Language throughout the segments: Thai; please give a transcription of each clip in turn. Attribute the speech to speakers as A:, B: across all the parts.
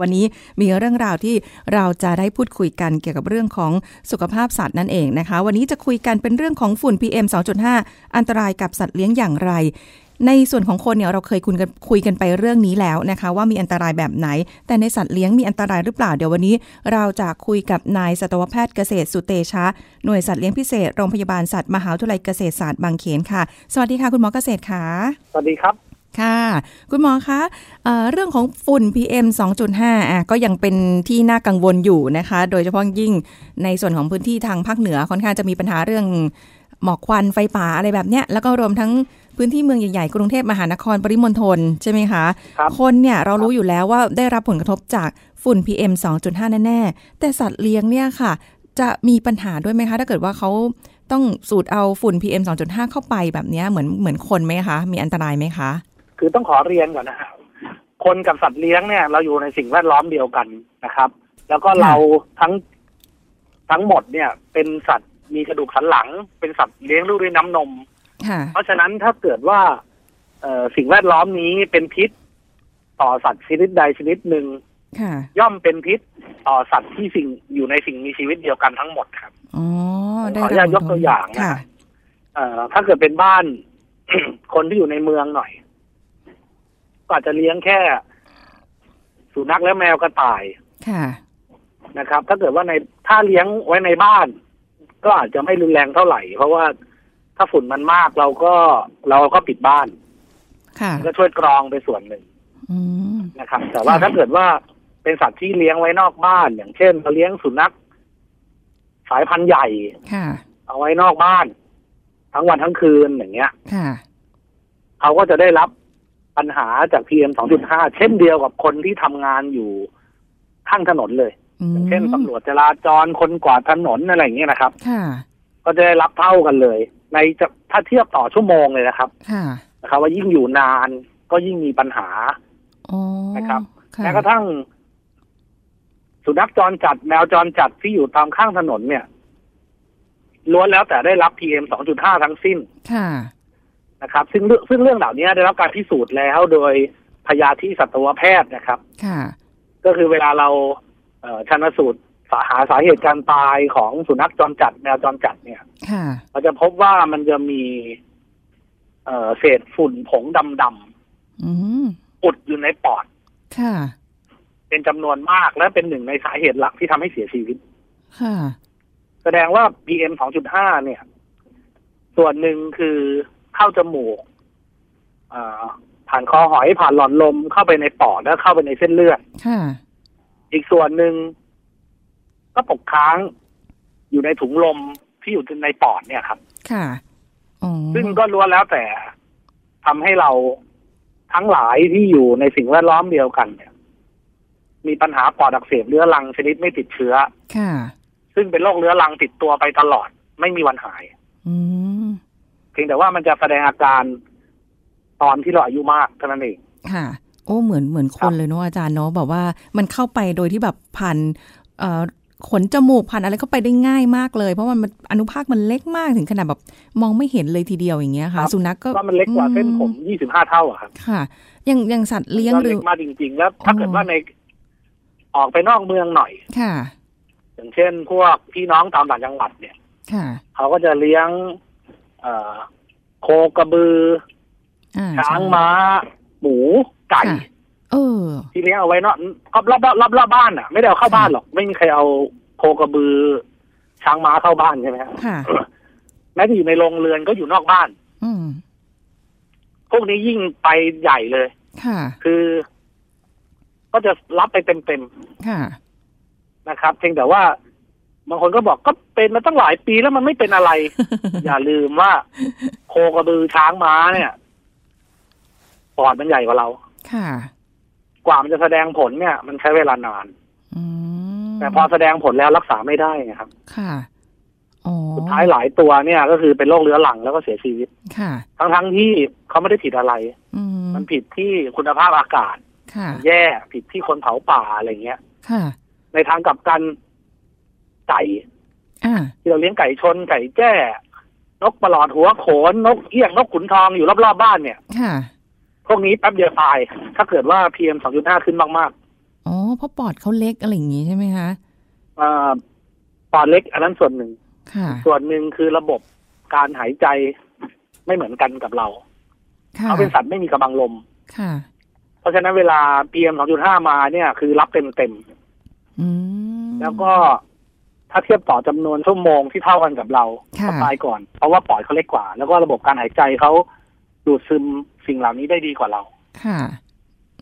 A: วันนี้มีเรื่องราวที่เราจะได้พูดคุยกันเกี่ยวกับเรื่องของสุขภาพสัตว์นั่นเองนะคะ วันนี้จะคุยกันเป็นเรื่องของฝุ่น PM 2.5 อันตรายกับสัตว์เลี้ยงอย่างไร ในส่วนของคนเนี่ยเราเคยคุยกันคุยกันไปเรื่องนี้แล้วนะคะ ว่ามีอันตรายแบบไหน แต่ในสัตว์เลี้ยงมีอันตรายหรือเปล่าเดี๋ยววันนี้ เราจะคุยกับนายสัตวแพทย์เกษตรสุเตชะหน่วยสัตว์เลี้ยงพิเศษโรงพยาบาลสัตว์มหาวิทยาลัยเกษตรศาสตร์บางเขนค่ะ สวัสดีค่ะคุณหมอเกษตรค่ะ
B: สวัสดีครับ
A: ค่ะ คุณหมอคะเอ่อเรื่องของฝุ่น PM 2.5อ่ะก็ยังเป็นที่น่ากังวลอยู่นะคะ โดยเฉพาะยิ่งในส่วนของพื้นที่ทางภาคเหนือค่อนข้างจะมีปัญหาเรื่องหมอกควันไฟป่าอะไรแบบเนี้ยแล้วก็รวมทั้งพื้นที่เมืองใหญ่ๆ กรุงเทพมหานครปริมณฑลใช่ไหมคะ
B: ครับ
A: นเนี่ยเรารู้อยู่แล้วว่าได้รับผลกระทบจากฝุ่น PM 2.5 แน่ๆ แต่สัตว์เลี้ยงเนี่ยค่ะ จะมีปัญหาด้วยไหมคะ ถ้าเกิดว่าเขาต้องสูดเอาฝุ่น PM 2.5 เข้าไปแบบเนี้ยเหมือนเหมือนคนไหมคะ มีอันตรายไหมคะ
B: คือต้องขอเรียนก่อนนะฮะคนกับสัตว์เลี้ยงเนี่ยเราอยู่ในสิ่งแวดล้อมเดียวกันนะครับ แล้วก็เราทั้งทั้งหมดเนี่ย เป็นสัตว์มีกระดูกสันหลัง เป็นสัตว์เลี้ยงลูกด้วยน้ำนม
A: ค่ะ
B: เพราะฉะนั้นถ้าเกิดว่า เอ่อสิ่งแวดล้อมนี้เป็นพิษ ต่อสัตว์ชนิดใดชนิดหนึ่ง
A: ค่ะ
B: ย่อมเป็นพิษ ต่อสัตว์ที่สิ่งอยู่ในสิ่งมีชีวิตเดียวกันทั้งหมดครับ
A: อ๋อ ได้
B: ขออนุญาตยกตัวอย่างนะ
A: ค่ะ
B: เอ่อถ้าเกิดเป็นบ้าน คนที่อยู่ในเมืองหน่อย ก็อาจจะเลี้ยงแค่ สุนัขและแมวกระต่าย
A: ค่ะ
B: นะครับ ถ้าเกิดว่าในถ้าเลี้ยงไว้ในบ้าน ก็อาจจะไม่รุนแรงเท่าไหร่ เพราะว่าถ้าฝุ่นมันมากเราก็เราก็ปิดบ้าน
A: ค่ะ
B: ก็ช่วยกรองไปส่วนหนึ่ง
A: อืม
B: นะครับ แต่ว่า
A: ค่ะ
B: ถ้าเกิดว่าเป็นสัตว์ที่เลี้ยงไว้นอกบ้าน อย่างเช่นเราเลี้ยงสุนัขสายพันธุ์ใหญ่
A: ค่ะ
B: เอาไว้นอกบ้าน ทั้งวันทั้งคืนอย่างเงี้ย
A: ค่ะ
B: เขาก็จะได้รับปัญหาจาก PM 2.5 เช่นเดียวกับคนที่ทำงานอยู่ข้างถนนเลย
A: อืม
B: เช่นตำรวจจราจรคนกวาดถนนอะไรอย่างเงี้ยนะครับ
A: ค่ะ
B: ก็จะได้รับเท่ากันเลย ในจะถ้าเทียบต่อชั่วโมงเลยนะครับ
A: ค่ะ
B: นะครับ ว่ายิ่งอยู่นานก็ยิ่งมีปัญหา
A: อ๋อ
B: นะครับ
A: ค่ะ
B: แม้กระทั่ง สุนัขจรจัดแมวจรจัดที่อยู่ตามข้างถนนเนี่ยล้วนแล้วแต่ได้รับ PM 2.5 ทั้งสิ้น
A: ค่ะ
B: นะครับซึ่งเรื่องซึ่งเรื่องเหล่านี้ได้รับการพิสูจน์แล้วโดยพยาธิสัตวแพทย์นะครับ
A: ค่ะ
B: ก็คือเวลาเราเอ่อชันสูตรสาหาสาเหตุการตายของสุนัขจรจัดแมวจรจัดเนี่ย
A: ค่ะ
B: เราจะพบว่ามันจะมี เอ่อเศษฝุ่นผงดำ
A: อืม
B: ๆอุดอยู่ในปอด
A: ค่ะ
B: เป็นจำนวนมากและเป็นหนึ่งในสาเหตุหลักที่ทำให้เสียชีวิต
A: ค่ะ
B: แสดงว่า PM 2.5 เนี่ย ส่วนหนึ่งคือเข้าจมูกเอ่อผ่านคอหอยผ่านหลอดลมเข้าไปในปอดแล้วเข้าไปในเส้นเลือด
A: ค่ะ
B: อีกส่วนหนึ่งก็ตกค้างอยู่ในถุงลมที่อยู่ในปอดเนี่ยครับ
A: ค่ะ อ๋อ
B: ซึ่งก็ล้วนแล้วแต่ทำให้เราทั้งหลายที่อยู่ในสิ่งแวดล้อมเดียวกันเนี่ย มีปัญหาปอดอักเสบเรื้อรังชนิดไม่ติดเชื้อ
A: ค่ะ
B: ซึ่งเป็นโรคเรื้อรังติดตัวไปตลอด ไม่มีวันหาย
A: อืม
B: เพียงแต่ว่ามันจะแสดงอาการตอนที่เราอายุมากเท่านั้นเอง
A: ค่ะ โอ้เหมือนเหมือนค
B: ครั
A: น
B: บ
A: เลยเนาะอาจารย์เนาะแบบว่ามันเข้าไปโดยที่แบบผ่านเอ่อขนจมูกผ่านอะไรเข้าไปได้ง่ายมากเลย เพราะมันมันอนุภาคมันเล็กมากถึงขนาดแบบมองไม่เห็นเลยทีเดียวอย่างเงี้ยค่ะ สุนัขก็
B: ว่ามันเล็กกว่าเส้นผม
A: อื
B: 25 เท่าอะครับ
A: ค่ะอย่างอย่างสัตว์เลี้ยง
B: มัน
A: หรื
B: เล็
A: อก
B: มากจริง ๆ แล้ว ถ้าเกิดว่าในออกไปนอกเมืองหน่อย
A: ค่ะ
B: อย่างเช่น พวกพี่น้องตามต่างจังหวัดเนี่ย
A: ค่ะ
B: เขาก็จะเลี้ยง เอ่อ โคกระบือ
A: อ่า
B: ช้าง
A: ใช่
B: ม้า หมูไก่
A: ค่ะเออ
B: ที่เลี้ยงเอาไว้เนอกรอบรอบรอบรอบบ้านอ่ะ ไม่ได้เอาเข้าบ้านหรอก ไม่มีใครเอาโคกระบือ ช้างม้าเข้าบ้านใช่ไหมฮะ
A: ค่ะ
B: แม้จะอยู่ในโรงเรือนก็อยู่นอกบ้าน
A: อืม
B: พวกนี้ยิ่งไปใหญ่เลย
A: ค่ะ
B: คือ ก็จะรับไปเต็ม
A: ค่ะ
B: ๆนะครับเพียงแต่ว่า บางคนก็บอกก็เป็นมาตั้งหลายปีแล้วมันไม่เป็น อะไร อย่าลืมว่า โคกระบือช้างม้าเนี่ยปอดมันใหญ่กว่าเรา
A: ค่ะ
B: กว่ามันจะแสดงผลเนี่ย มันใช้เวลานาน
A: อืม
B: แต่พอแสดงผลแล้วรักษาไม่ได้นะครับ
A: ค่ะอ๋อ
B: สุดท้ายหลายตัวเนี่ย ก็คือเป็นโรคเรื้อรังแล้วก็เสียชีวิต
A: ค่ะ
B: ทั้งๆที่เขาไม่ได้ผิดอะไร
A: อืม
B: มันผิดที่คุณภาพอากาศ
A: ค่ะ
B: แย่ผิดที่คนเผาป่าอะไรเงี้ย
A: ค่ะ
B: ในทางกลับกันไก่
A: อ่า
B: ที่เราเลี้ยงไก่ชนไก่แจ้ นกประหลอดหัวโขน นกเอี้ยงนกขุนทองอยู่รอบๆบ้านเนี่ย
A: ค่ะ
B: พวกนี้แป๊บเดียวตาย ถ้าเกิดว่า PM 2.5 ขึ้นมาก
A: อ๋อ เพราะปอดเขาเล็กอะไรอย่างงี้ใช่ไหมคะ
B: เอ่อปอดเล็กอันนั้นส่วนหนึ่ง
A: ค่ะ
B: ส่วนหนึ่งคือระบบการหายใจไม่เหมือนกันกับเรา
A: ค่ะ
B: เขาเป็นสัตว์ไม่มีกำลังลม
A: ค่ะ
B: เพราะฉะนั้นเวลา PM 2.5 มาเนี่ย คือรับเต็มเต็ม
A: อืม
B: ๆแล้วก็ถ้าเทียบต่อจำนวนชั่วโมงที่เท่ากันกับเรา
A: ค่ะ
B: เขาตายก่อน เพราะว่าปอดเขาเล็กกว่า แล้วก็ระบบการหายใจเขาดูดซึมสิ่งเหล่านี้ได้ดีกว่าเรา
A: ค่ะ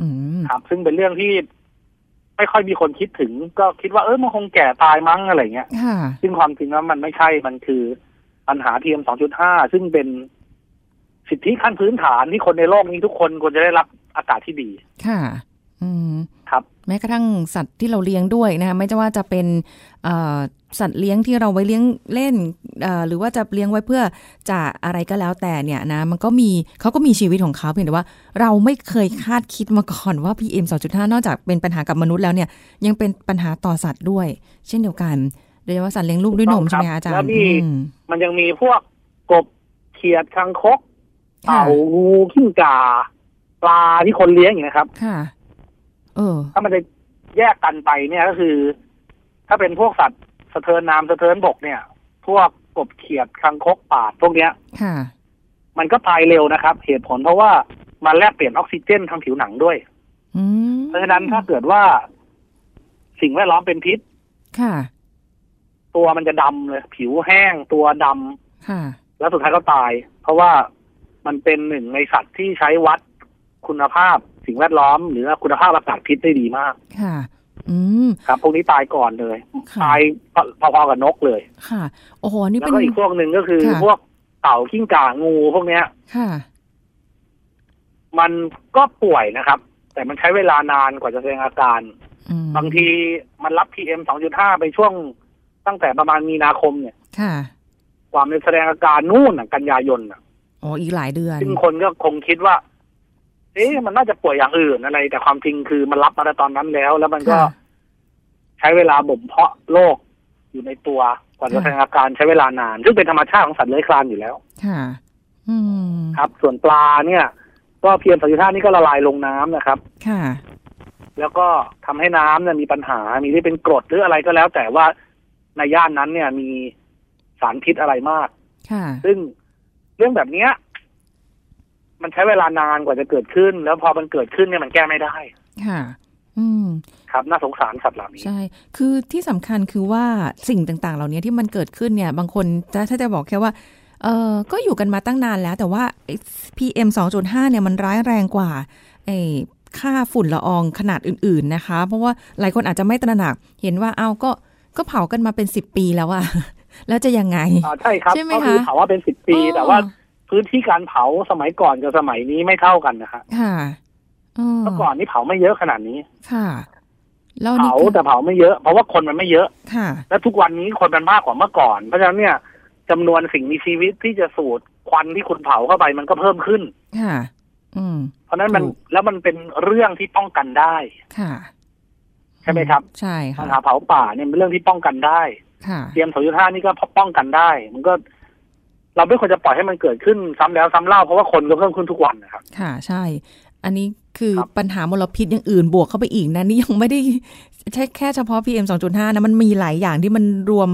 A: อืม
B: ครับ ซึ่งเป็นเรื่องที่ไม่ค่อยมีคนคิดถึง ก็คิดว่าเออมันคงแก่ตายมั้งอะไรเงี้ย
A: ค่ะ
B: ซึ่งความจริงแล้วมันไม่ใช่ มันคือปัญหา PM 2.5 ซึ่งเป็นสิทธิขั้นพื้นฐานที่คนในโลกนี้ทุกคนควรจะได้รับอากาศที่ดี
A: ค่ะ อืม
B: ครับ
A: แม้กระทั่งสัตว์ที่เราเลี้ยงด้วยนะคะไม่ว่าจะเป็นเอ่อสัตว์เลี้ยงที่เราไว้เลี้ยงเล่นเอ่อหรือว่าจะเลี้ยงไว้เพื่อจะอะไรก็แล้วแต่เนี่ยนะมันก็มีเขาก็มีชีวิตของเขาเพียงแต่ว่า เราไม่เคยคาดคิดมาก่อนว่า PM 2.5 นอกจากเป็นปัญหากับมนุษย์แล้วเนี่ย ยังเป็นปัญหาต่อสัตว์ด้วย เช่นเดียวกันโดยเฉพาะสัตว์เลี้ยงลูกด้วยนมใช่ไหมคะอาจาร
B: แล้ว
A: ย์
B: มี
A: อืม
B: มันยังมีพวกกบเขียดคางคก
A: ค่ะ
B: เต่างูกิ้งก่า ปลาที่คนเลี้ยงอย่างนี้ยครับ
A: ค่ะ เออ
B: ถ้ามันจะแยกกันไปเนี่ยก็คือ ถ้าเป็นพวกสัตว์สะเทินน้ำสะเทินบกเนี่ย พวกกบเขียดคางคกป่าดพวกเนี้ย
A: ค่ะ
B: มันก็ตายเร็วนะครับ เหตุผลเพราะว่ามันแลกเปลี่ยนออกซิเจนทางผิวหนังด้วย
A: อืม
B: เพราะฉะนั้นถ้าเกิดว่า สิ่งแวดล้อมเป็นพิษ
A: ค่ะ
B: ตัวมันจะดำเลย ผิวแห้งตัวดำ
A: ค่ะ
B: แล้วสุดท้ายก็ตาย เพราะว่ามันเป็นหนึ่งในสัตว์ที่ใช้วัดคุณภาพ สิ่งแวดล้อม หรือคุณภาพอากาศพิษได้ดีมาก
A: ค่ะ อืม
B: ครับพวกนี้ตายก่อนเลย
A: ค่ะ
B: ตายพอๆกับนกเลย
A: ค่ะ โอ้โหนี่
B: แล้
A: เป็
B: วน ก็อีกพวกหนึ่งก็คือ
A: ค่ะ
B: พวกเต่ากิ้งก่างูพวกเนี้ย
A: ค่ะ
B: มันก็ป่วยนะครับ แต่มันใช้เวลานานกว่าจะแสดงอาการ
A: อืม
B: บางทีมันรับ PM 2.5 ไปช่วงตั้งแต่ประมาณมีนาคมเนี่ย
A: ค่ะ
B: กว่ามันจะแสดงอาการนู่นน่ะกันยายนน่ะ
A: อ๋ออีกหลายเดือน
B: ซึ่งคนก็คงคิดว่า เอ๊ะมันน่าจะป่วยอย่างอื่นอะไร แต่ความจริงคือมันรับมาแต่ตอนนั้นแล้ว แล้วมันก็
A: ค่ะ
B: ใช้เวลาบ่มเพาะโรคอยู่ในตัวกว่าจะแสดงอาการใช้เวลานาน ซึ่งเป็นธรรมชาติของสัตว์เลื้อยคลานอยู่แล้ว
A: ค่ะ อืม
B: ครับ ส่วนปลาเนี่ย ก็เพียงสัญชาตินี่ก็ละลายลงน้ำนะครับ
A: ค่ะ
B: แล้วก็ทำให้น้ำเนี่ยมีปัญหา มีที่เป็นกรดหรืออะไรก็แล้ว แต่ว่าในย่านนั้นเนี่ยมีสารพิษอะไรมาก
A: ค่ะ
B: ซึ่งเรื่องแบบเนี้ย มันใช้เวลานานกว่าจะเกิดขึ้น แล้วพอมันเกิดขึ้นเนี่ยมันแก้ไม่ได้
A: ค่ะ อืม
B: ครับ น่าสงสารสัตว์เหล่านี้
A: ใช่ คือที่สำคัญคือว่าสิ่งต่างๆ เหล่านี้ที่มันเกิดขึ้นเนี่ย บางคนจะถ้าจะบอกแค่ว่า เออก็อยู่กันมาตั้งนานแล้ว แต่ว่าไอ้ PM 2.5 เนี่ยมันร้ายแรงกว่าไอ้ค่าฝุ่นละอองขนาดอื่น ๆนะคะ เพราะว่าหลายคนอาจจะไม่ตระหนัก เห็นว่าเอาก็ก็เผากันมาเป็นสิบปีแล้วอะ แล้วจะยังไง
B: อ่าใช่ครับ
A: ใช่ไหม
B: ก็คือ
A: คะ
B: เผาว่าเป็นสิบปี แต่ว่าพื้นที่การเผาสมัยก่อนกับสมัยนี้ไม่เท่ากันนะฮะ
A: ค่ะอืม
B: เมื่อก่อนนี่เผาไม่เยอะขนาดนี้
A: ค่ะ แล้วนี่
B: เผา
A: ก็
B: แต่เผาไม่เยอะ เพราะว่าคนมันไม่เยอะ
A: ค่ะ
B: และทุกวันนี้คนมันมากกว่าเมื่อก่อน เพราะฉะนั้นเนี่ยจำนวนสิ่งมีชีวิตที่จะสูดควันที่คุณเผาเข้าไปมันก็เพิ่มขึ้น
A: ค่ะ อืม
B: เพราะฉะนั้นมัน
A: ถูก
B: แล้วมันเป็นเรื่องที่ป้องกันได้
A: ค่ะ
B: ใช่ไหมครับ
A: ใช่
B: ปั
A: ค่ะ
B: ญหาเผาป่าเนี่ยเป็นเรื่องที่ป้องกันได้
A: ค่ะ
B: เตรียมสองจุดห้านี่ก็ป้องกันได้ มันก็ เราไม่ควรจะปล่อยให้มันเกิดขึ้นซ้ำแล้วซ้ำเล่าเพราะว่าคนก็เพิ่มขึ้นทุกวันนะครับ
A: ค่ะ ใช่ อันนี้คือ
B: ครับ
A: ปัญหามลพิษอย่างอื่นบวกเข้าไปอีกนะนี่ยังไม่ได้ใช่แค่เฉพาะ PM 2.5 นะมันมีหลายอย่างที่มันรวม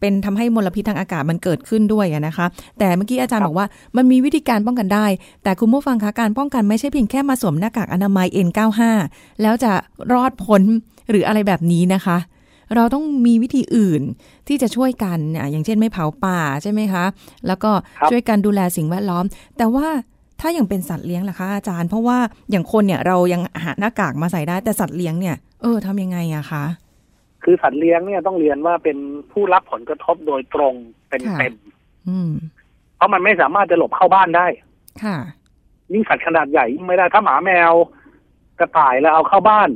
A: เป็นทำให้มลพิษทางอากาศมันเกิดขึ้นด้วยอะนะคะ แต่เมื่อกี้อาจารย์บอกว่ามันมีวิธีการป้องกันได้ แต่คุณผู้ฟังคะการป้องกันไม่ใช่เพียงแค่มาสวมหน้ากากอนามัย N95 แล้วจะรอดพ้นหรืออะไรแบบนี้นะคะ เราต้องมีวิธีอื่นที่จะช่วยกันอ่ะอย่างเช่นไม่เผาป่าใช่ไหมคะ แล้วก็
B: ครับ
A: ช่วยกันดูแลสิ่งแวดล้อม แต่ว่าถ้าอย่างเป็นสัตว์เลี้ยงล่ะคะอาจารย์ เพราะว่าอย่างคนเนี่ยเรายังหาหน้ากากมาใส่ได้แต่สัตว์เลี้ยงเนี่ยเออทำยังไงอะคะ
B: คือสัตว์เลี้ยงเนี่ยต้องเรียนว่าเป็นผู้รับผลกระทบโดยตรงเป็น
A: ค่ะ
B: เต็ม
A: อืม
B: เพราะมันไม่สามารถจะหลบเข้าบ้านได้
A: ค่ะ
B: ยิ่งสัตว์ขนาดใหญ่ยิ่งไม่ได้ถ้าหมาแมวกระต่ายแล้วเอาเข้าบ้าน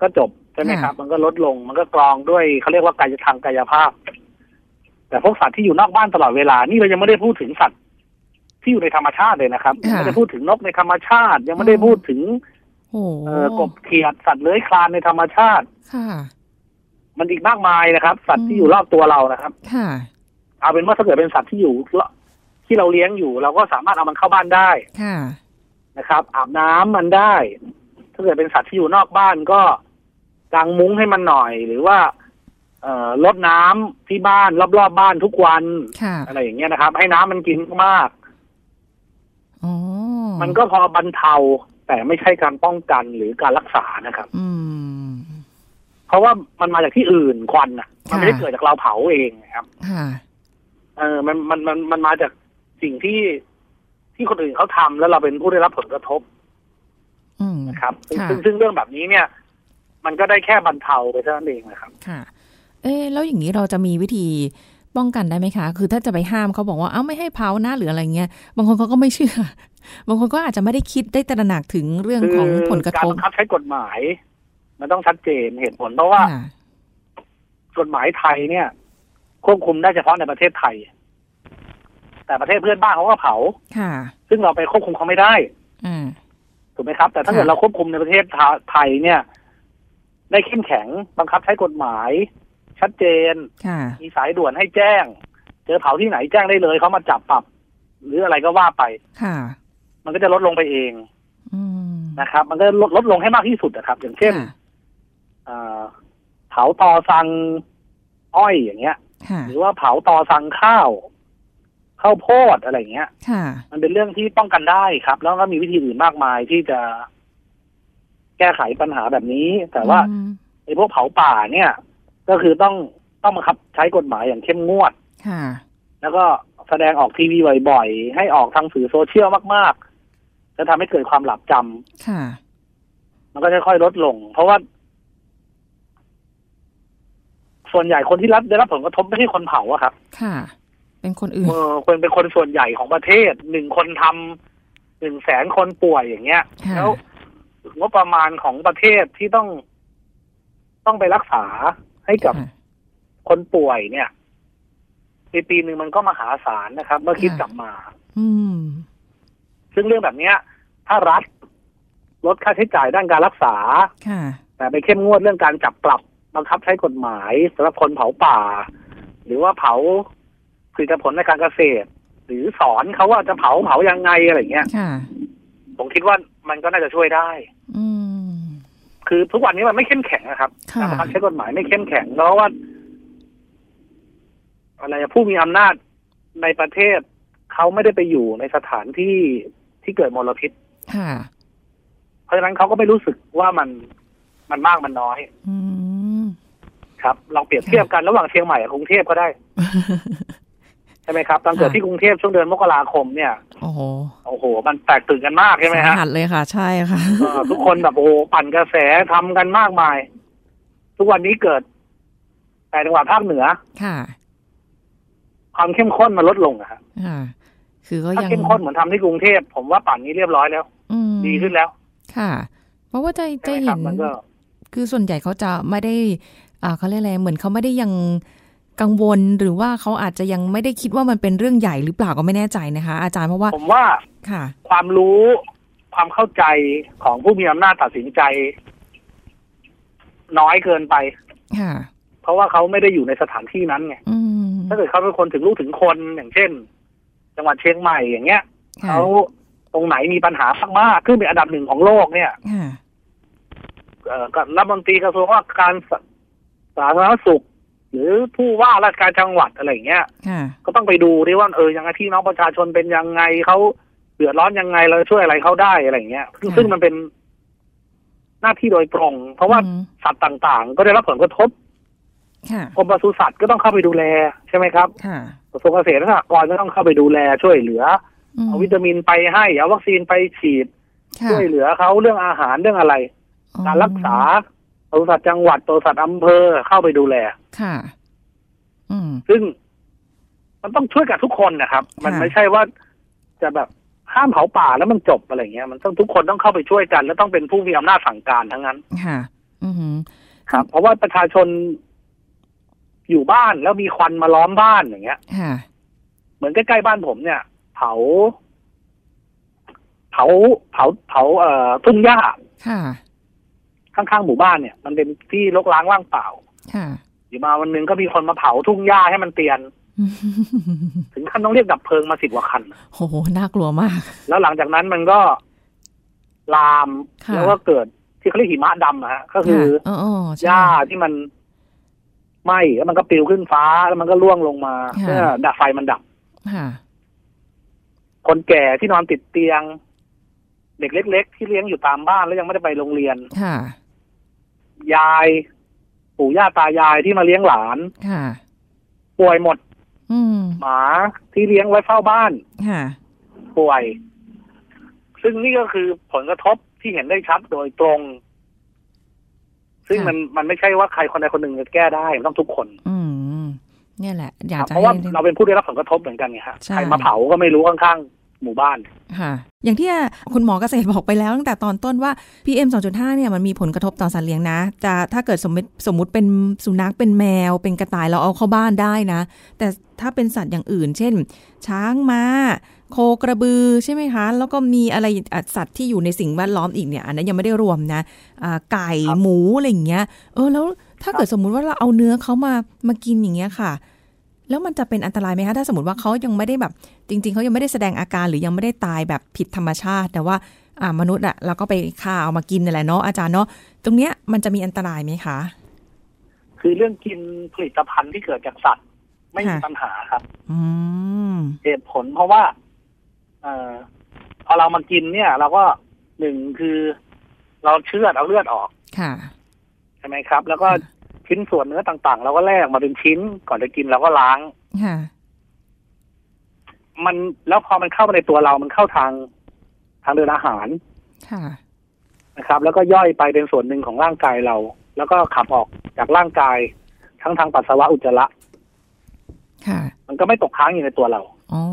B: ก็จบใช่ไหม
A: ค่ะ
B: ครับ มันก็ลดลงมันก็กรองด้วยเขาเรียกว่ากายทางกายภาพ แต่พวกสัตว์ที่อยู่นอกบ้านตลอดเวลา นี่เรายังไม่ได้พูดถึงสัตว์ ที่อยู่ในธรรมชาติเลยนะครับยังไม่ได้พูดถึงนกในธรรมชาติ ยังไม่ได้พูดถึง
A: โอ้
B: เอ่อกบเขียดสัตว์เลื้อยคลานในธรรมชาติ
A: ค่ะ
B: มันอีกมากมายนะครับ สัต
A: อื
B: ว์
A: ม
B: ที่อยู่รอบตัวเรานะครับ
A: ค่ะ
B: เอาเป็นว่าถ้าเกิดเป็นสัตว์ที่อยู่รอบที่เราเลี้ยงอยู่ เราก็สามารถเอามันเข้าบ้านได้
A: ค่ะ
B: นะครับ อาบน้ำมันได้ ถ้าเกิดเป็นสัตว์ที่อยู่นอกบ้านก็ กางมุ้งให้มันหน่อย หรือว่า เอ่อรดน้ำที่บ้านรอบๆบบ้านทุกวัน
A: ค่ะ
B: อะไรอย่างเงี้ยนะครับ ให้น้ำมันกินมาก
A: อ๋อ
B: มันก็พอบรรเทาแต่ไม่ใช่การป้องกันหรือการรักษานะครับ
A: อืม
B: เพราะว่ามันมาจากที่อื่นควันอ่ะ มันไม่ได้
A: ค่ะ
B: เกิดจากเราเผาเองนะครับ
A: ค่ะ
B: เออมันมันมันมันมาจากสิ่งที่ที่คนอื่นเขาทำแล้วเราเป็นผู้ได้รับผลกระทบ
A: อืม
B: นะครับซึ่ง
A: ค่ะ
B: ซึ่งซึ่งเรื่องแบบนี้เนี่ย มันก็ได้แค่บรรเทาไปเท่านั้นเองนะครับ
A: ค่ะ เอ๊ะแล้วอย่างนี้เราจะมีวิธีป้องกันได้ไหมคะ คือถ้าจะไปห้ามเขาบอกว่าเอ้าไม่ให้เผานะหรืออะไรเงี้ย บางคนเขาก็ไม่เชื่อ บางคนก็อาจจะไม่ได้คิดได้ตระหนักถึงเรื่องของผลกระ
B: การ
A: ทบ
B: บังคับใช้กฎหมาย มันต้องชัดเจนเหตุผลเพราะว่า
A: ค่ะ
B: กฎหมายไทยเนี่ย ควบคุมได้เฉพาะในประเทศไทย แต่ประเทศเพื่อนบ้านเขาก็เผา
A: ค่ะ
B: ซึ่งเราไปควบคุมเขาไม่ได้
A: อ่า
B: ถูกไหมครับ แต่ถ้า
A: ค่ะ
B: เกิดเราควบคุมในประเทศไทยเนี่ย ได้เข้มแข็งบังคับใช้กฎหมาย ชัดเจน
A: ค่ะ
B: มีสายด่วนให้แจ้ง เจอเผาที่ไหนแจ้งได้เลยเขามาจับปรับ หรืออะไรก็ว่าไป
A: ค่ะ
B: มันก็จะลดลงไปเอง
A: อืม
B: นะครับ มันก็ลดลดลงให้มากที่สุดนะครับ อย่างเช่น
A: ค่ะ
B: เอ่อเผาตอสังอ้อยอย่างเงี้ย
A: ค่ะ
B: หรือว่าเผาตอสังข้าวข้าวโพดอะไรอย่างเงี้ย
A: ค่ะ
B: มันเป็นเรื่องที่ป้องกันได้ครับ แล้วก็มีวิธีอื่นมากมายที่จะแก้ไขปัญหาแบบนี้ แต่ว่า
A: อืม
B: ไอ้พวกเผาป่าเนี่ย ก็คือต้องต้องบังคับใช้กฎหมายอย่างเข้มงวด
A: ค่ะ
B: แล้วก็แสดงออกทีวีบ่อยๆ ให้ออกทางสื่อโซเชียลมากๆจะทำให้เกิดความหลับจำ
A: ค่ะ
B: มันก็จะค่อยลดลง เพราะว่า ส่วนใหญ่คนที่รับได้รับผลกระทบไม่ใช่คนเผาอะครับ
A: ค่ะ เป็นคนอื่น
B: เออคนเป็นคนส่วนใหญ่ของประเทศหนึ่งคนทำหนึ่งแสนคนป่วยอย่างเงี้ย
A: ค่ะ
B: แล้วงบประมาณของประเทศที่ต้องต้องไปรักษาให้กับ
A: ค่ะ
B: คนป่วยเนี่ยในปีหนึ่งมันก็มหาศาลนะครับ เมื่อคิด
A: ค่ะ
B: กลับมา
A: อืม
B: ซึ่งเรื่องแบบเนี้ย ถ้ารัฐลดค่าใช้จ่ายด้านการรักษา
A: ค่ะ
B: แต่ไปเข้มงวดเรื่องการจับปรับบังคับใช้กฎหมายสำหรับคนเผาป่า หรือว่าเผาผลิตผลในการเกษตร หรือสอนเขาว่าจะเผาเผายังไงอะไรเงี้ย
A: ค่ะ
B: ผมคิดว่ามันก็น่าจะช่วยได้
A: อืม
B: คือทุกวันนี้มันไม่เข้มแข็งนะครับ
A: ค่ะ
B: การบังคับใช้กฎหมายไม่เข้มแข็งเพราะว่า อะไรอะผู้มีอำนาจในประเทศเขาไม่ได้ไปอยู่ในสถานที่ที่เกิดมลพิษ
A: ค่ะ
B: เพราะฉะนั้นเขาก็ไม่รู้สึกว่ามันมันมากมันน้อย
A: อืม
B: ครับลองเปรียบเทียบกันระหว่างเชียงใหม่กับกรุงเทพก็ได้ ใช่ไหมครับตอนเกิด
A: ค่ะ
B: ที่กรุงเทพช่วงเดือนมกราคมเนี่ย
A: โอ้โห
B: โอ้โห มันแตกตื่นกันมากใช่ไหม
A: สา
B: ฮะ
A: หัสเลยค่ะ ใช่ค่ะ
B: เออทุกคนแบบโอ้โหปั่นกระแสทำกันมากมาย ทุกวันนี้เกิดแต่จังหวัดภาคเหนือ
A: ค่ะ
B: ความเข้มข้นมันลดลงอะฮะ
A: ค่ะ คือก็
B: ถ้า
A: ยัง
B: เข้มข้นเหมือนทำที่กรุงเทพผมว่าป่านนี้เรียบร้อยแล้ว
A: อืม
B: ดีขึ้นแล้ว
A: ค่ะ เพราะว่าจะ
B: ใช่
A: จะ
B: ไหมค
A: เห็
B: รับ
A: น
B: มันก็
A: คือส่วนใหญ่เขาจะไม่ได้ อ่าเขาเรียกอะไร เหมือนเขาไม่ได้ยังกังวล หรือว่าเขาอาจจะยังไม่ได้คิดว่ามันเป็นเรื่องใหญ่หรือเปล่าก็ไม่แน่ใจนะคะ อาจารย์เพราะว่า
B: ผมว่า
A: ค่ะ
B: ความรู้ความเข้าใจของผู้มีอำนาจตัดสินใจ น้อยเกินไป
A: ค่ะ
B: เพราะว่าเขาไม่ได้อยู่ในสถานที่นั้นไง
A: อืม
B: ถ้าเกิดเขาเป็นคนถึงลูกถึงคนอย่างเช่น จังหวัดเชียงใหม่อย่างเงี้ย
A: ค่ะ
B: เขาตรงไหนมีปัญหามากๆขึ้นเป็นอันดับหนึ่งของโลกเนี่ย
A: ค่ะ
B: เอ่อกับรัฐมนตรีกระทรวงว่าการสสาธารณสุข หรือผู้ว่าราชการจังหวัดอะไรอย่างเงี้ย
A: ค่ะ
B: ก็ต้องไปดูดิว่าเออยังไงพี่น้องประชาชนเป็นยังไงเขาเดือดร้อนยังไงเราช่วยอะไรเขาได้อะไรอย่างเงี้ยซึ่ง
A: ค่ะ
B: ซึ่งมันเป็นหน้าที่โดยตรง เพราะว่า
A: อืม
B: สัตว์ต่างๆ ก็ได้รับผลกระทบ
A: ค่ะ
B: กรมปศุสัตว์ก็ต้องเข้าไปดูแลใช่ไหมครับ
A: ค่ะ
B: กระทรวงเกษตรและสหกรณ์ก็ต้องเข้าไปดูแลช่วยเหลือ
A: ม
B: เอาวิตามินไปให้ เอาวัคซีนไปฉีด
A: ค่ะ
B: ช่วยเหลือเขาเรื่องอาหารเรื่องอะไร การรักษาบริษัทจังหวัดบริษัทอำเภอเข้าไปดูแล
A: ค่ะ อืม
B: ซึ่ง มันต้องช่วยกันทุกคนนะครับ มัน
A: ค่ะ
B: ไม่ใช่ว่าจะแบบห้ามเผาป่าแล้วมันจบอะไรเงี้ย มันต้องทุกคนต้องเข้าไปช่วยกัน และต้องเป็นผู้มีอำนาจสั่งการทั้งนั้น
A: ค่ะ อือหือ
B: ครับ เพราะว่าประชาชนอยู่บ้านแล้วมีควันมาล้อมบ้านอย่างเงี้ย
A: ค่ะ
B: เหมือนใกล้ๆบ้านผมเนี่ย เผา เผาเผาเผาเอ่อทุ่งหญ้า
A: ค่ะ
B: ข้างๆหมู่บ้านเนี่ยมันเป็นที่รกร้างว่างเปล่า
A: ค่ะ
B: อยู่มาวันหนึงก็มีคนมาเผาทุ่งหญ้าให้มันเตี ยน ถึงขั้นต้องเรียกดับเพลิงมาสิบกว่าคัน
A: โอ้โห น่ากลัวมาก
B: แล้วหลังจากนั้นมันก็ลาม
A: ค่ะ
B: แล้วก็เกิด ที่เขาเรียกหิมะดำอะฮะก็คือ
A: ค่ะอ๋อๆ
B: ห
A: ใช่
B: ญ้าที่มันไหม้แล้วมันก็ปลิวขึ้นฟ้าแล้วมันก็ร่วงลงมา
A: ค่ะ
B: เมื่อดับไฟมันดับ
A: ค่ะ
B: คนแก่ที่นอนติดเตียง เด็กเล็ก ๆ ที่เลี้ยงอยู่ตามบ้านแล้วยังไม่ได้ไปโรงเรียน
A: ค่ะ
B: ยาย ปู่ย่าตายายที่มาเลี้ยงหลาน
A: ค่ะ
B: ป่วยหมด
A: อืม
B: หมาที่เลี้ยงไว้เฝ้าบ้าน
A: ค่ะ
B: ป่วย ซึ่งนี่ก็คือผลกระทบที่เห็นได้ชัดโดยตรง ซึ่ง
A: ค่ะ
B: มันมันไม่ใช่ว่าใครคนใดคนหนึ่งจะแก้ได้มันต้องทุกคน
A: อืม เนี่ยแหละ อยาก
B: ครับ
A: จะ
B: เพราะว่า
A: ให้
B: เราเป็นผู้ได้รับผลกระทบเหมือนกันไงฮะ
A: ใช่
B: ใครมาเผาก็ไม่รู้ข้างๆหมู่บ้าน
A: ค่ะ อย่างที่คุณหมอเกษตรบอกไปแล้วตั้งแต่ตอนต้นว่า PM 2.5 เนี่ยมันมีผลกระทบต่อสัตว์เลี้ยงนะ จะถ้าเกิดสมมติสมมติเป็นสุนัขเป็นแมว เป็นกระต่ายเราเอาเข้าบ้านได้นะ แต่ถ้าเป็นสัตว์อย่างอื่น เช่น ช้างม้า โคกระบือใช่ไหมคะ แล้วก็มีอะไรอ่ะสัตว์ที่อยู่ในสิ่งแวดล้อมอีกเนี่ย อันนั้นยังไม่ได้รวมนะอ่าไก่
B: ครับ
A: หมูอะไรอย่างเงี้ย เออแล้วถ้าเกิดสมมุติว่าเราเอาเนื้อเขามามากินอย่างเงี้ยค่ะ แล้วมันจะเป็นอันตรายไหมคะถ้าสมมติว่าเขายังไม่ได้แบบ จริง ๆเขายังไม่ได้แสดงอาการหรือยังไม่ได้ตายแบบผิดธรรมชาติ แต่ว่าอ่ามนุษย์อะเราก็ไปฆ่าเอามากินนั่นแหละเนาะอาจารย์เนาะตรงเนี้ยมันจะมีอันตรายไหมคะ
B: คือเรื่องกินผลิตภัณฑ์ที่เกิดจากสัตว์ ไม่มี
A: ค่ะ
B: ปัญหาครับ
A: อืม
B: เหตุผลเพราะว่า เออพอเรามากินเนี่ย เราก็หนึ่งคือ เราเชือดเอาเลือดออก
A: ค่ะ
B: ใช่ไหมครับ แล้วก็
A: ค่ะ
B: ชิ้นส่วนเนื้อต่างๆ เราก็แลกมาเป็นชิ้น ก่อนจะกินเราก็ล้าง
A: ค่ะ
B: มันแล้วพอมันเข้ามาในตัวเรามันเข้าทางทางเดินอาหาร
A: ค่ะ
B: นะครับแล้วก็ย่อยไปเป็นส่วนหนึ่งของร่างกายเรา แล้วก็ขับออกจากร่างกาย ทั้งทางปัสสาวะอุจจาระ
A: ค่ะ
B: มันก็ไม่ตกค้างอยู่ในตัวเรา
A: อ๋อ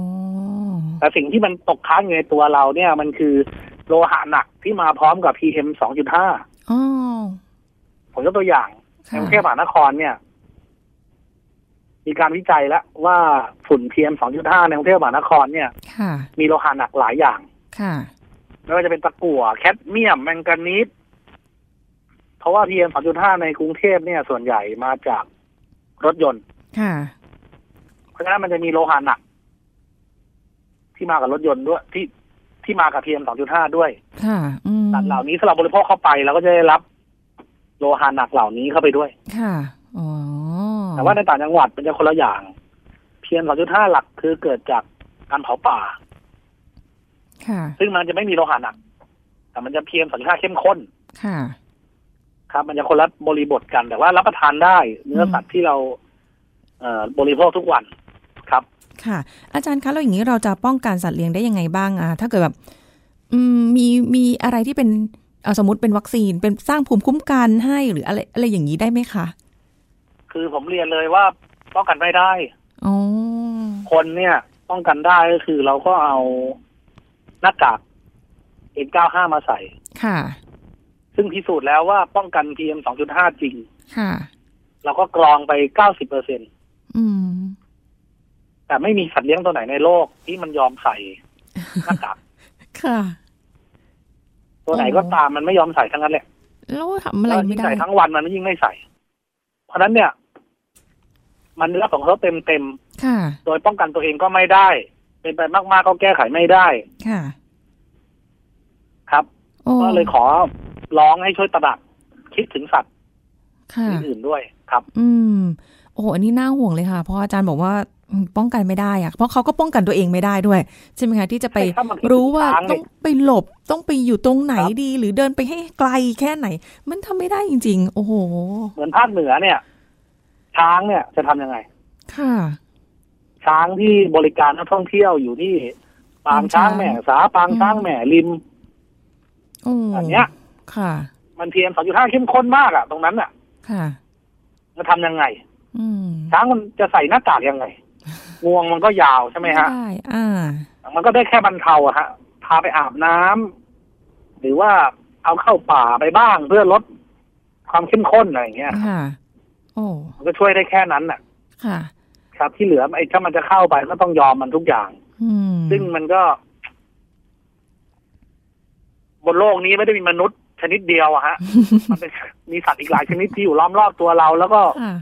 B: แต่สิ่งที่มันตกค้างอยู่ในตัวเราเนี่ย มันคือโลหะหนักที่มาพร้อมกับ PM 2.5
A: อ๋อ
B: ผมยกตัวอย่างใน
A: ค่ะ
B: กรุงเทพมหานครเนี่ย มีการวิจัยแล้วว่าฝุ่น PM 2.5 ในกรุงเทพมหานครเนี่ย
A: ค่ะ
B: มีโลหะหนักหลายอย่าง
A: ค่ะ
B: ไม่ว่าจะเป็นตะกั่วแคดเมียมแมงกานีสเพราะว่า PM 2.5 ในกรุงเทพเนี่ย ส่วนใหญ่มาจากรถยนต์
A: ค่ะ
B: เพราะฉะนั้นมันจะมีโลหะหนัก ที่มากับรถยนต์ด้วย ที่ที่มากับ PM 2.5 ด้วย
A: ค่ะอืม
B: สารเหล่านี้ถ้าเราบริโภคเข้าไปเราก็จะได้รับ โลหะหนักเหล่านี้เข้าไปด้วย
A: ค่ะอ๋อ
B: แต่ว่าในต่างจังหวัดมันจะคนละอย่าง PM 2.5 หลักคือเกิดจากการเผาป่า
A: ค่ะ
B: ซึ่งมันจะไม่มีโลหะหนัก แต่มันจะ PM 2.5 เข้มข้น
A: ค่ะ
B: ครับมันจะคนละบริบทกันแต่ว่ารับประทานได้ เนื้อสัตว์ที่เราเอ่อบริโภคทุกวันครับ
A: ค่ะ อาจารย์คะแล้วอย่างนี้เราจะป้องกันสัตว์เลี้ยงได้ยังไงบ้างอะถ้าเกิดแบบอืมมีมีอะไรที่เป็นเอาสมมติเป็นวัคซีนเป็นสร้างภูมิคุ้มกันให้หรืออะไรอะไรอย่างนี้ได้ไหมคะ
B: คือผมเรียนเลยว่าป้องกันไม่ได้
A: อ๋อ
B: คนเนี่ยป้องกันได้ก็คือเราก็เอาหน้ากาก N95 มาใส่
A: ค่ะ
B: ซึ่งพิสูจน์แล้วว่าป้องกัน PM 2.5 จริง
A: ค่ะ
B: เราก็กรองไป 90เปอร์เซ็น
A: อืม
B: แต่ไม่มีสัตว์เลี้ยงตัวไหนในโลกที่มันยอมใส่หน้ากาก
A: ค่ะ
B: ตัวไหนก็ตามมันไม่ยอมใส่ทั้งนั้นแหละ
A: แล้วทำอะไร
B: แล้ว
A: ไม่
B: ยิ่ง
A: ได้
B: ใส่ทั้งวันมันยิ่งไม่ใส่ เพราะฉะนั้นเนี่ย มันได้รับของเขาเต็มเต็ม
A: ค่ะ
B: ๆโดยป้องกันตัวเองก็ไม่ได้ เป็นไปมากๆก็แก้ไขไม่ได้
A: ค่ะ
B: ครับ
A: โอ้
B: ก็เลยขอร้องให้ช่วยตระหนักคิดถึงสัตว์
A: ค่ะ
B: อื่นๆด้วยครับ
A: อืม โอ้โหอันนี้น่าห่วงเลยค่ะ เพราะอาจารย์บอกว่าอืมป้องกันไม่ได้อะเพราะเขาก็ป้องกันตัวเองไม่ได้ด้วยใช่ไหมคะที่จะไป
B: ใช่ถ้ามัน
A: รู้ว่า
B: ค้าง
A: ต้อ
B: นี่
A: งไปหลบต้องไปอยู่ตรงไหน
B: ครับ
A: ดี หรือเดินไปให้ไกลแค่ไหน มันทำไม่ได้จริง ๆ โอ้โห
B: เหมือนภาคเหนือเนี่ย ช้างเนี่ยจะทำยังไง
A: ค่ะ
B: ช้างที่บริการนักท่องเที่ยวอยู่ที่ปางช้างแหม่สาปางช้างแหม่ริม
A: โอ้
B: อันเนี้ย
A: ค่ะ
B: มันเทียมสองจุดห้าเข้มข้นมากอะตรงนั้นอะ
A: ค่ะ
B: จะทำยังไง
A: อืม
B: ช้างมันจะใส่หน้ากากยังไงงวงมันก็ยาวใช่ไหมฮะ
A: ด้อ่า
B: มันก็ได้แค่บรรเทาอะฮะ พาไปอาบน้ำหรือว่าเอาเข้าป่าไปบ้างเพื่อลดความเข้มข้นอะไรอย่างเงี้ย
A: ค่ะ โอ้
B: มันก็ช่วยได้แค่นั้นน่ะ
A: ค่ะ
B: ครับ ที่เหลือไอ้ถ้ามันจะเข้าไปก็ต้องยอมมันทุกอย่าง
A: อืม
B: ซึ่งมันก็ บนโลกนี้ไม่ได้มีมนุษย์ชนิดเดียว อะฮะ มันเป็นมีสัตว์อีกหลายชนิดที่อยู่ล้อมรอบตัวเรา แล้วก็
A: ค่ะ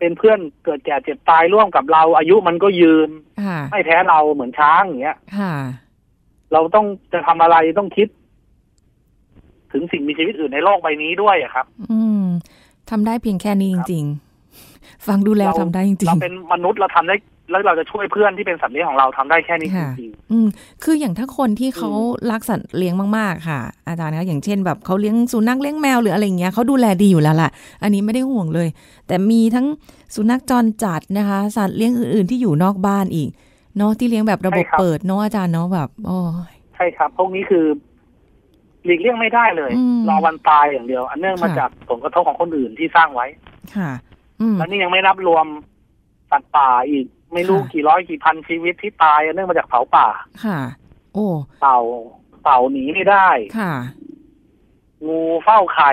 B: เป็นเพื่อนเกิดแก่เจ็บตายร่วมกับเรา อายุมันก็ยืน
A: ค่ะ
B: ไม่แพ้เราเหมือนช้างอย่างเงี้ย
A: ค่ะ
B: เราต้องจะทำอะไรต้องคิด ถึงสิ่งมีชีวิตอื่นในโลกใบนี้ด้วยอะครับ
A: อืมทำได้เพียงแค่นี้จริง ๆ ฟังดูแล้ว
B: เรา
A: ทำได้จริง
B: เราเป็นมนุษย์เราทำได้ แล้วเราจะช่วยเพื่อนที่เป็นสัตว์เลี้ยงของเราทำได้แค่นี้
A: ๆ
B: จ
A: ค่ะ
B: ริง
A: อืม คืออย่างถ้าคนที่เขา
B: อื
A: รักสัตว์เลี้ยงมากๆ ค่ะ อาจารย์คะอย่างเช่น แบบเขาเลี้ยงสุนัขเลี้ยงแมวหรืออะไรอย่างเงี้ยเขาดูแลดีอยู่แล้วล่ะ อันนี้ไม่ได้ห่วงเลย แต่มีทั้งสุนัขจรจัดนะคะ สัตว์เลี้ยงอื่นๆที่อยู่นอกบ้านอีกเนาะที่เลี้ยงแบบระบบ
B: ใช่ครับ
A: เปิดเนาะอาจารย์เนาะแบบโอ้ย
B: ๆ ใช่ครับ พวกนี้คือหลีกเลี่ยงไม่ได้เลย
A: อืม
B: รอวันตายอย่างเดียว อันเนื่องมา
A: ค่ะ
B: จากผลกระทบของคนอื่นที่สร้างไว้
A: ค่ะ อืม
B: แล้วนี่ยังไม่นับรวมสัตว์ป่าอีก ไม่รู้
A: ค่ะ
B: กี่ร้อยกี่พันชีวิตที่ตายอันเนื่องมาจากเผาป่า
A: ค่ะ โอ้
B: เต่าเต่าหนีไม่ได้
A: ค่ะ
B: งูเฝ้าไข่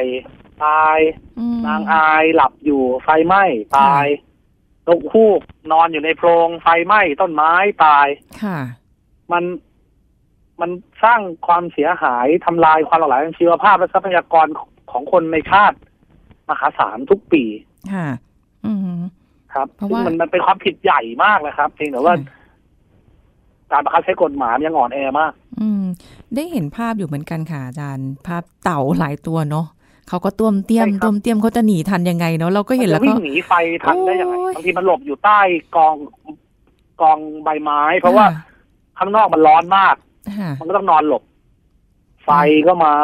B: ตาย
A: อืม
B: นางอายหลับอยู่ไฟไหม้ตายนกคูกนอนอยู่ในโพรงไฟไหม้ต้นไม้ตาย
A: ค่ะ
B: มันมันสร้างความเสียหายทำลายความหลากหลายทางชีวภาพและทรัพยากรของคนในชาติ มหาศาลทุกปี
A: ค่ะ อืม
B: ครับ
A: เพราะ
B: ซึ่ง
A: ว่ามั
B: มันมันเป็นความผิดใหญ่มากเลยครับเพียงแต่ว่า การบังคับใช้กฎหมายมันยังอ่อนแอมาก
A: อืม ได้เห็นภาพอยู่เหมือนกันค่ะอาจารย์ ภาพเต่าหลายตัวเนาะเขาก็ต้วมเตี้ยม
B: ใช่ครับ
A: ต้วมเตี้ยมเขาจะหนีทันยังไงเนาะเราก็เห็นแล้ว
B: มั
A: ก็
B: จะวิ่งหนีไฟทันได้ยังไง
A: โอ้ย
B: บางทีมันหลบอยู่ใต้กองกองใบไม้ เพราะว่าข้างนอกมันร้อนมาก
A: ค่ะ
B: มันก็ต้องนอนหลบ ไฟก็มา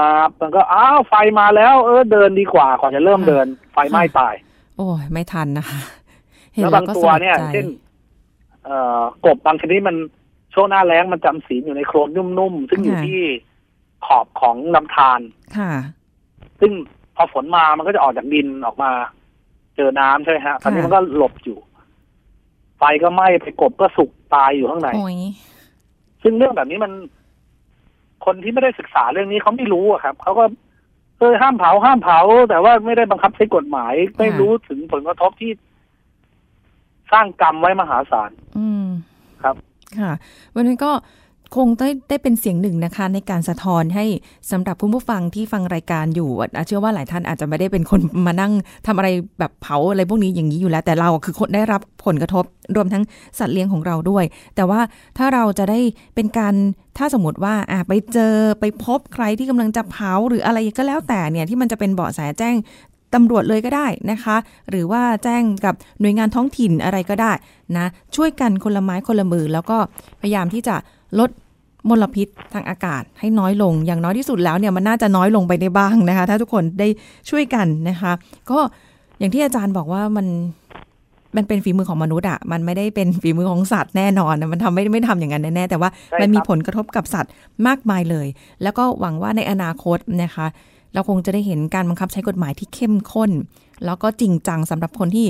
B: มันก็อ้าวไฟมาแล้ว เออเดินดีกว่าก่อนจะเริ่ม
A: ค่ะ
B: เดิน ไฟไหม้ตาย
A: โอ้ยไม่ทันนะคะเห็น
B: แล้ว
A: แล้
B: บาว ง
A: ก็
B: ตั
A: ส
B: ว
A: ลด
B: เนี่ย
A: ใจ
B: เช่น เอ่อกบบางชนิดมันช่วงหน้าแล้งมันจำศีลอยู่ในโคลนนุ่มๆ ซึ่งอยู่ที่ขอบของลำธาร
A: ค่ะ
B: ซึ่งพอฝนมามันก็จะออกจากดินออกมา เจอน้ำใช่ไหมฮะ ตอนนี้มันก็หลบอยู่ ไฟก็ไหม้ไปกบก็สุกตายอยู่ข้างใน
A: โอ้ย
B: ซึ่งเรื่องแบบนี้มัน คนที่ไม่ได้ศึกษาเรื่องนี้เขาไม่รู้อะครับเขาก็เออห้ามเผาห้ามเผา แต่ว่าไม่ได้บังคับใช้กฎหมาย ไม่รู้ถึงผลกระทบที่ สร้างกรรมไว้มหาศาล
A: อืม
B: ครับ
A: ค่ะ วันนี้ก็คงได้ได้เป็นเสียงหนึ่งนะคะ ในการสะท้อนให้สำหรับคุณผู้ฟังที่ฟังรายการอยู่อ่ะเชื่อว่าหลายท่านอาจจะไม่ได้เป็นคนมานั่งทำอะไรแบบเผาอะไรพวกนี้อย่างนี้อยู่แล้ว แต่เราคือคนได้รับผลกระทบรวมทั้งสัตว์เลี้ยงของเราด้วย แต่ว่าถ้าเราจะได้เป็นการถ้าสมมติว่าอ่ะไปเจอไปพบใครที่กำลังจะเผาหรืออะไรก็แล้วแต่เนี่ยที่มันจะเป็นเบาะแสแจ้งตำรวจเลยก็ได้นะคะ หรือว่าแจ้งกับหน่วยงานท้องถิ่นอะไรก็ได้นะ ช่วยกันคนละไม้คนละมือ แล้วก็พยายามที่จะลดมลพิษทางอากาศให้น้อยลง อย่างน้อยที่สุดแล้วเนี่ยมันน่าจะน้อยลงไปได้บ้างนะคะ ถ้าทุกคนได้ช่วยกันนะคะ ก็อย่างที่อาจารย์บอกว่ามัน มันเป็นฝีมือของมนุษย์อะมันไม่ได้เป็นฝีมือของสัตว์แน่นอนนะมันทำไม่ไม่ทำอย่างนั้นแน่ๆแต่ว่า
B: ใช่ครับ
A: มันมีผลกระทบกับสัตว์มากมายเลย แล้วก็หวังว่าในอนาคตนะคะ เราคงจะได้เห็นการบังคับใช้กฎหมายที่เข้มข้น แล้วก็จริงจังสำหรับคนที่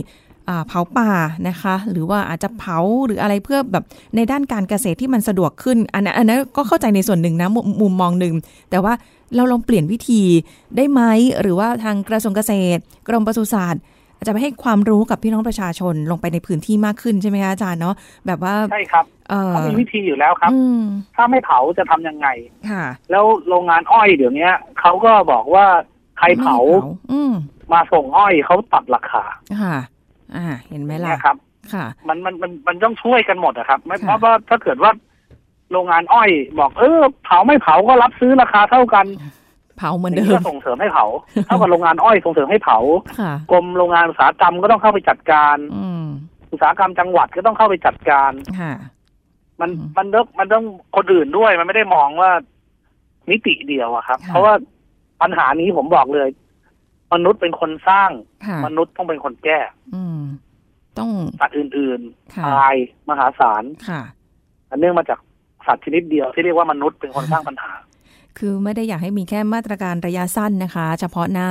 A: อ่าเผาป่านะคะ หรือว่าอาจจะเผาหรืออะไรเพื่อแบบในด้านการเกษตรที่มันสะดวกขึ้น อันนั้นอันนั้นก็เข้าใจในส่วนหนึ่งนะมุมมุมมองหนึ่งแต่ว่าเราลองเปลี่ยนวิธีได้ไหมหรือว่าทางกระทรวงเกษตร กรมปศุสัตว์ อาจจะไปให้ความรู้กับพี่น้องประชาชนลงไปในพื้นที่มากขึ้นใช่ไหมคะอาจารย์เนาะแบบว่า
B: ใช่ครับ
A: เออ
B: เขามีวิธีอยู่แล้วครับ
A: อืม
B: ถ้าไม่เผาจะทำยังไง
A: ค่ะ
B: แล้วโรงงานอ้อยเดี๋ยวเนี้ยเขาก็บอกว่าใครเผา
A: ไม่ให้อืม
B: มาส่งอ้อยเขาตัดราคา
A: ค่ะ อ่า เห็นไหมล่ะ
B: เนี่ยครับ
A: ค่ะ
B: มันมันมันมันต้องช่วยกันหมดอะครับไม่
A: ค่ะ
B: เพราะว่าถ้าเกิดว่าโรงงานอ้อย บอกเออเผาไม่เผาก็รับซื้อราคาเท่ากัน
A: เผาเหมือนเดิ
B: พื่
A: ม
B: ส่งเสริมให้เผา เท่ากับโรงงานอ้อยส่งเสริมให้เผา
A: ค่ะ
B: กรมโรงงานอุตสาหกรรมก็ต้องเข้าไปจัดการ
A: อืม
B: อุตสาหกรรมจังหวัดก็ต้องเข้าไปจัดการ
A: ค่ะ
B: มัน
A: อืม
B: มันเลิกมันต้องคนอื่นด้วย มันไม่ได้มองว่ามิติเดียวอะครับ
A: ค่ะ
B: เพราะว่าปัญหานี้ผมบอกเลย มนุษย์เป็นคนสร้าง
A: ค่ะ
B: มนุษย์ต้องเป็นคนแก้
A: อืม ต้อง
B: สัตว์อื่น
A: ค่ะ
B: ๆตายมหาศาล
A: ค่ะ
B: อันเนื่องมาจากสัตว์ชนิดเดียวที่เรียกว่ามนุษย์เป็นคนสร้างปัญหา
A: คือไม่ได้อยากให้มีแค่มาตรการระยะสั้นนะคะ เฉพาะหน้า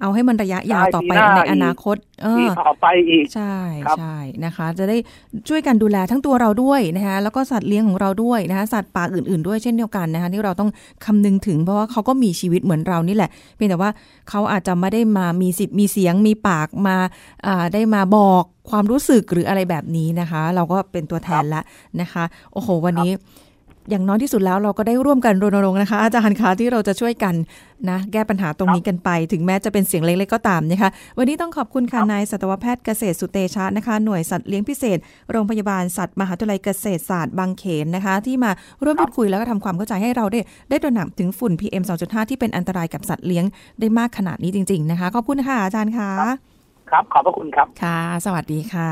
A: เอาให้มันระยะยาว
B: ใช่
A: ต่อไป
B: ปีหน้า
A: ใน
B: อีก
A: อนาคต เอ
B: ที่
A: อ
B: ต่อไปอีก
A: ใช่
B: ครับ
A: ใช่นะคะ จะได้ช่วยกันดูแลทั้งตัวเราด้วยนะคะแล้วก็สัตว์เลี้ยงของเราด้วยนะคะสัตว์ป่าอื่นๆด้วยเช่นเดียวกันนะคะที่เราต้องคำนึงถึงเพราะว่าเขาก็มีชีวิตเหมือนเรานี่แหละ เพียงแต่ว่าเขาอาจจะไม่ได้มามีสิทธิ์มีเสียงมีปากมาอ่าได้มาบอกความรู้สึกหรืออะไรแบบนี้นะคะ เราก็เป็นตัวแทนละนะคะ โอ้โห วันนี้ อย่างน้อยที่สุดแล้วเราก็ได้ร่วมกันรณรงค์นะคะ อาจารย์คะที่เราจะช่วยกันนะ แก้ปัญหาตรงนี้กันไป ถึงแม้จะเป็นเสียงเล็กๆก็ตามนะคะ วันนี้ต้องขอบคุณค่ะนายสัตวแพทย์เกษตรสุเตชะนะคะ หน่วยสัตว์เลี้ยงพิเศษ โรงพยาบาลสัตว์มหาวิทยาลัยเกษตรศาสตร์บางเขนนะคะ ที่มาร่วมพูดคุยแล้วก็ทำความเข้าใจให้เราได้ได้ตระหนักถึงฝุ่น PM 2.5 ที่เป็นอันตรายกับสัตว์เลี้ยงได้มากขนาดนี้จริง ๆนะคะขอบคุณค่ะอาจารย์ค่ะ
B: ครับ ขอบพระคุณครับ
A: ค่ะ สวัสดีค่ะ